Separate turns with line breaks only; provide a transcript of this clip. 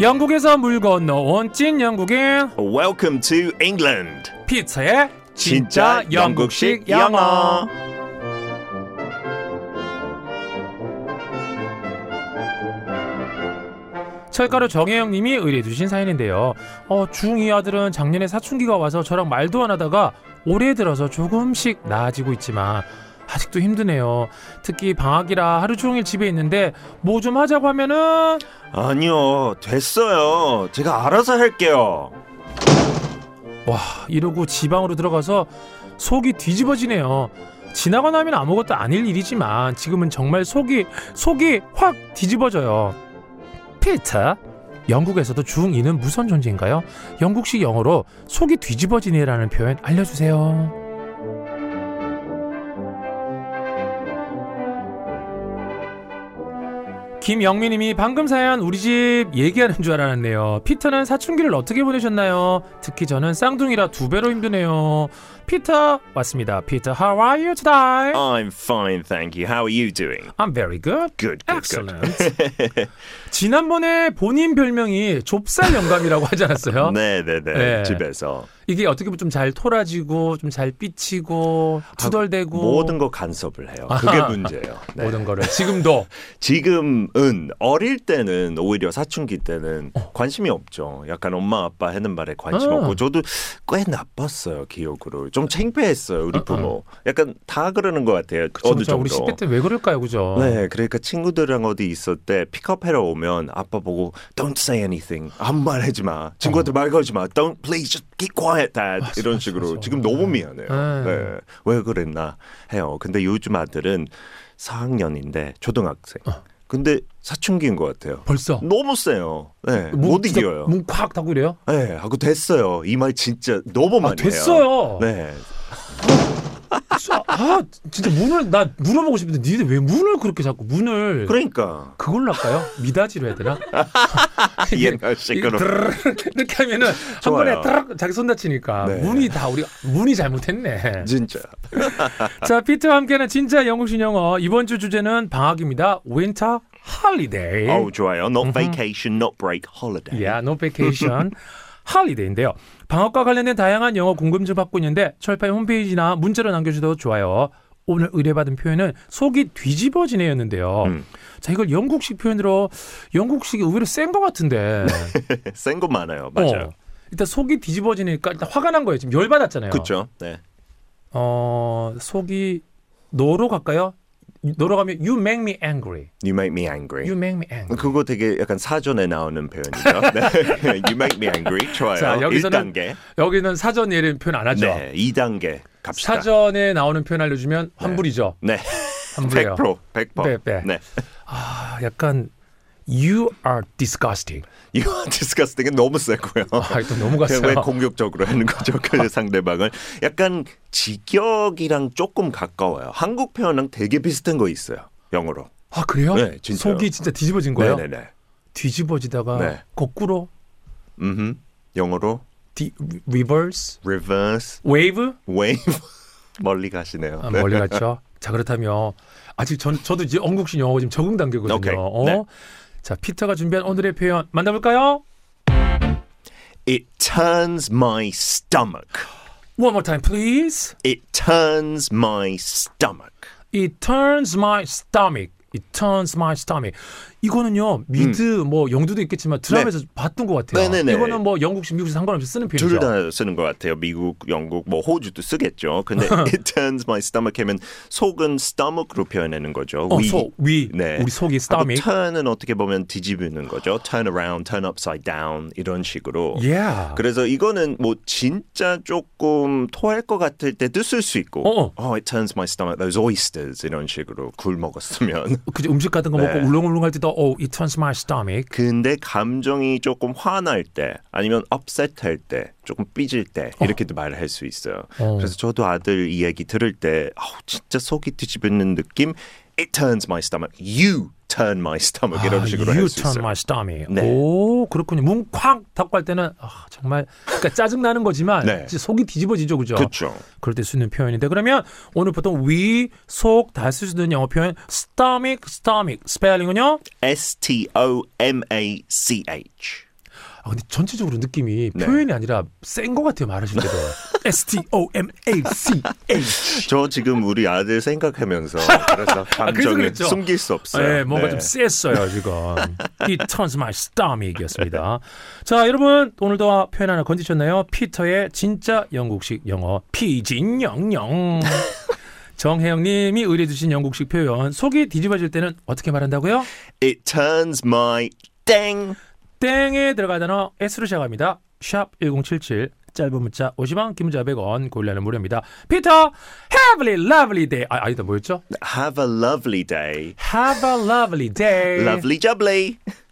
영국에서 물 건너 온 찐 영국인
Welcome to England.
피처의 진짜 영국식 영어. 철가루 정혜영님이 의뢰해주신 사연인데요. 어, 중2 아들은 작년에 사춘기가 와서 저랑 말도 안 하다가 올해 들어서 조금씩 나아지고 있지만 아직도 힘드네요. 특히 방학이라 하루 종일 집에 있는데 뭐 좀 하자고 하면은
아니요, 됐어요. 제가 알아서 할게요.
와 이러고 지방으로 들어가서 속이 뒤집어지네요. 지나고 나면 아무것도 아닐 일이지만 지금은 정말 속이 속이 확 뒤집어져요. 피터 영국에서도 중2는 무슨 존재인가요? 영국식 영어로 속이 뒤집어지네라는 표현 알려주세요. 김영민님이 방금 사연 우리 집 얘기하는 줄 알았네요. 피터는 사춘기를 어떻게 보내셨나요? 특히 저는 쌍둥이라 두 배로 힘드네요. 피터 왔습니다. 피터, how are you today?
I'm fine, thank you. How are you doing?
I'm very good.
Good, good, good.
Excellent. 지난번에 본인 별명이 좁쌀 영감이라고 하지 않았어요?
네, 네, 네.
네.
집에서
이게 어떻게 보면 좀 잘 토라지고 좀 잘 삐치고 투덜대고
아, 모든 거 간섭을 해요. 그게
아하.
문제예요. 네.
모든 거를 지금도
지금은 어릴 때는 오히려 사춘기 때는 관심이 없죠. 약간 엄마 아빠 하는 말에 관심
어. 아.
없고 저도 꽤 나빴어요 기억으로. 좀 창피했어요
아,
우리 부모. 약간 다 그러는 것 같아요. 어느
진짜
정도.
우리 10대 때 왜 그럴까요, 그죠?
네, 그러니까 친구들이랑 어디 있을 때 픽업하러 오면 아빠 보고 Don't say anything 아무 말 하지 마 친구한테 말 걸지 마 Don't please just keep quiet dad 이런 식으로
맞아.
지금 너무 미안해요.
네.
네. 왜 그랬나 해요. 근데 요즘 아들은 4학년인데 초등학생.
어.
근데 사춘기인 것 같아요.
벌써
너무 세요. 네,
문
못
뭐 진짜
이겨요.
문콱 하고 이래요?
네, 하고 됐어요. 이 말 진짜 너무
아,
많이 해요.
됐어요.
네,
진짜- 아, 진짜 문을 나 물어보고 싶은데 니들 왜 문을 그렇게 자꾸 문을
그러니까
그걸로 할까요? 미닫이로 해야 되나?
이해가
아, 이게
시끄러.
드르륵 이렇게 하면은 한
좋아요.
번에 드르륵 자기 손 다치니까
네.
문이 다 우리 가 문이 잘못했네.
진짜.
자, 피트와 함께하는 진짜 영국식 영어 이번 주 주제는 방학입니다. Winter Holiday.
어우 네. 좋아요. Not vacation, not break, holiday.
Yeah, no vacation. 할리데이인데요. 방학과 관련된 다양한 영어 궁금증 받고 있는데 철파의 홈페이지나 문자로 남겨주셔도 좋아요. 오늘 의뢰받은 표현은 속이 뒤집어지네였는데요.
음.
자 이걸 영국식 표현으로 영국식이 의외로 센 것 같은데.
센 거 많아요. 네, 맞아요.
어, 일단 속이 뒤집어지니까 일단 화가 난 거예요. 지금 열 받았잖아요.
그렇죠. 네.
어 속이 너로 갈까요? 너로 가면 you make me angry.
You make me angry.
You make me angry.
그거 되게 약간 사전에 나오는 표현이죠. 네. you make me angry. 좋아요.
자, 여기서는
1단계.
여기는 사전 예를 표현 안 하죠.
네. 2단계 갑시다.
사전에 나오는 표현 알려주면 환불이죠.
네.
환불이에요.
100%. 100%.
네, 네.
네.
아, 약간 you are disgusting.
이거 disgusting은 너무 세고요.
아, 또 너무
그냥 왜
갔어요.
공격적으로 하는 거죠? 그 상대방을 약간 직역이랑 조금 가까워요. 한국 표현랑 되게 비슷한 거 있어요. 영어로.
아, 그래요?
네, 진짜요.
속이 진짜 뒤집어진 거예요?
네네네.
뒤집어지다가
네.
거꾸로
음, 영어로
디, reverse
reverse
wave
wave 멀리 가시네요.
아,
네.
멀리 갔죠. 자, 그렇다면 아직 전 저도 이제 영국식 영어 지금 적응 단계거든요.
오케이,
어?
네.
자, 피터가 준비한 오늘의 표현 만나 볼까요?
It turns my stomach.
One more time, please.
It turns my stomach.
It turns my stomach. It turns my stomach. 이거는요 미드 뭐 영두도 있겠지만 드라마에서 봤던 것 같아요.
음. 네. 네네네.
이거는 뭐 영국식 미국식 상관없이 쓰는 표현이죠.
둘 다 쓰는 것 같아요. 미국, 영국, 뭐 호주도 쓰겠죠. 근데 it turns my stomach 하면 속은 stomach로 표현하는 거죠.
어,
위.
속, 위.
네.
우리 속이 stomach.
하고 turn은 어떻게 보면 뒤집는 거죠. turn around, turn upside down 이런 식으로.
예. Yeah.
그래서 이거는 뭐 진짜 조금 토할 것 같을 때도 쓸 수 있고
어.
Oh, it turns my stomach those oysters 이런 식으로 굴 먹었으면
그 음식 같은 거
네.
먹고 울렁울렁할 때도 oh it turns my stomach.
근데 감정이 조금 화날 때 아니면 업셋 할때 조금 삐질 때 이렇게도 말을 할 수 있어요.
어.
그래서 저도 아들 이야기 들을 때 아우 진짜 속이 뒤집는 느낌 it turns my stomach you turn my stomach 이런 식으로
아, you
할 수
turn
있어요.
my stomach.
네.
오 그렇군요. 문콱 닫고 할 때는 아, 정말 그러니까 짜증 나는 거지만
네.
진짜 속이 뒤집어지죠, 그죠?
그렇죠.
그럴 때 쓰는 표현인데 그러면 오늘 보통 위, 속 다 쓸 수 있는 영어 표현 stomach, stomach. 스펠링은요?
S T O M A C H.
아, 근데 전체적으로 느낌이
네.
표현이 아니라 센 것 같아요 말하실 때도. S T O M A C H.
저 지금 우리 아들 생각하면서 그래서 감정을
그랬죠.
숨길 수 없어요.
예, 뭔가 좀
네.
쎘어요 지금. He turns my stomach이었습니다. 자, 여러분 오늘도 표현 하나 건지셨나요? 피터의 진짜 영국식 영어 피진영영. 정혜영님이 의뢰주신 영국식 표현 속이 뒤집어질 때는 어떻게 말한다고요?
It turns my 땡.
땡에 들어갈 단어 S로 시작합니다. 샵 1077 짧은 문자 50원 긴 문자 100원 고릴라는 무료입니다. 피터 Have a lovely day. 아,
네.
아니다 뭐였죠?
Have a lovely day.
Have a lovely day.
Lovely jubbly.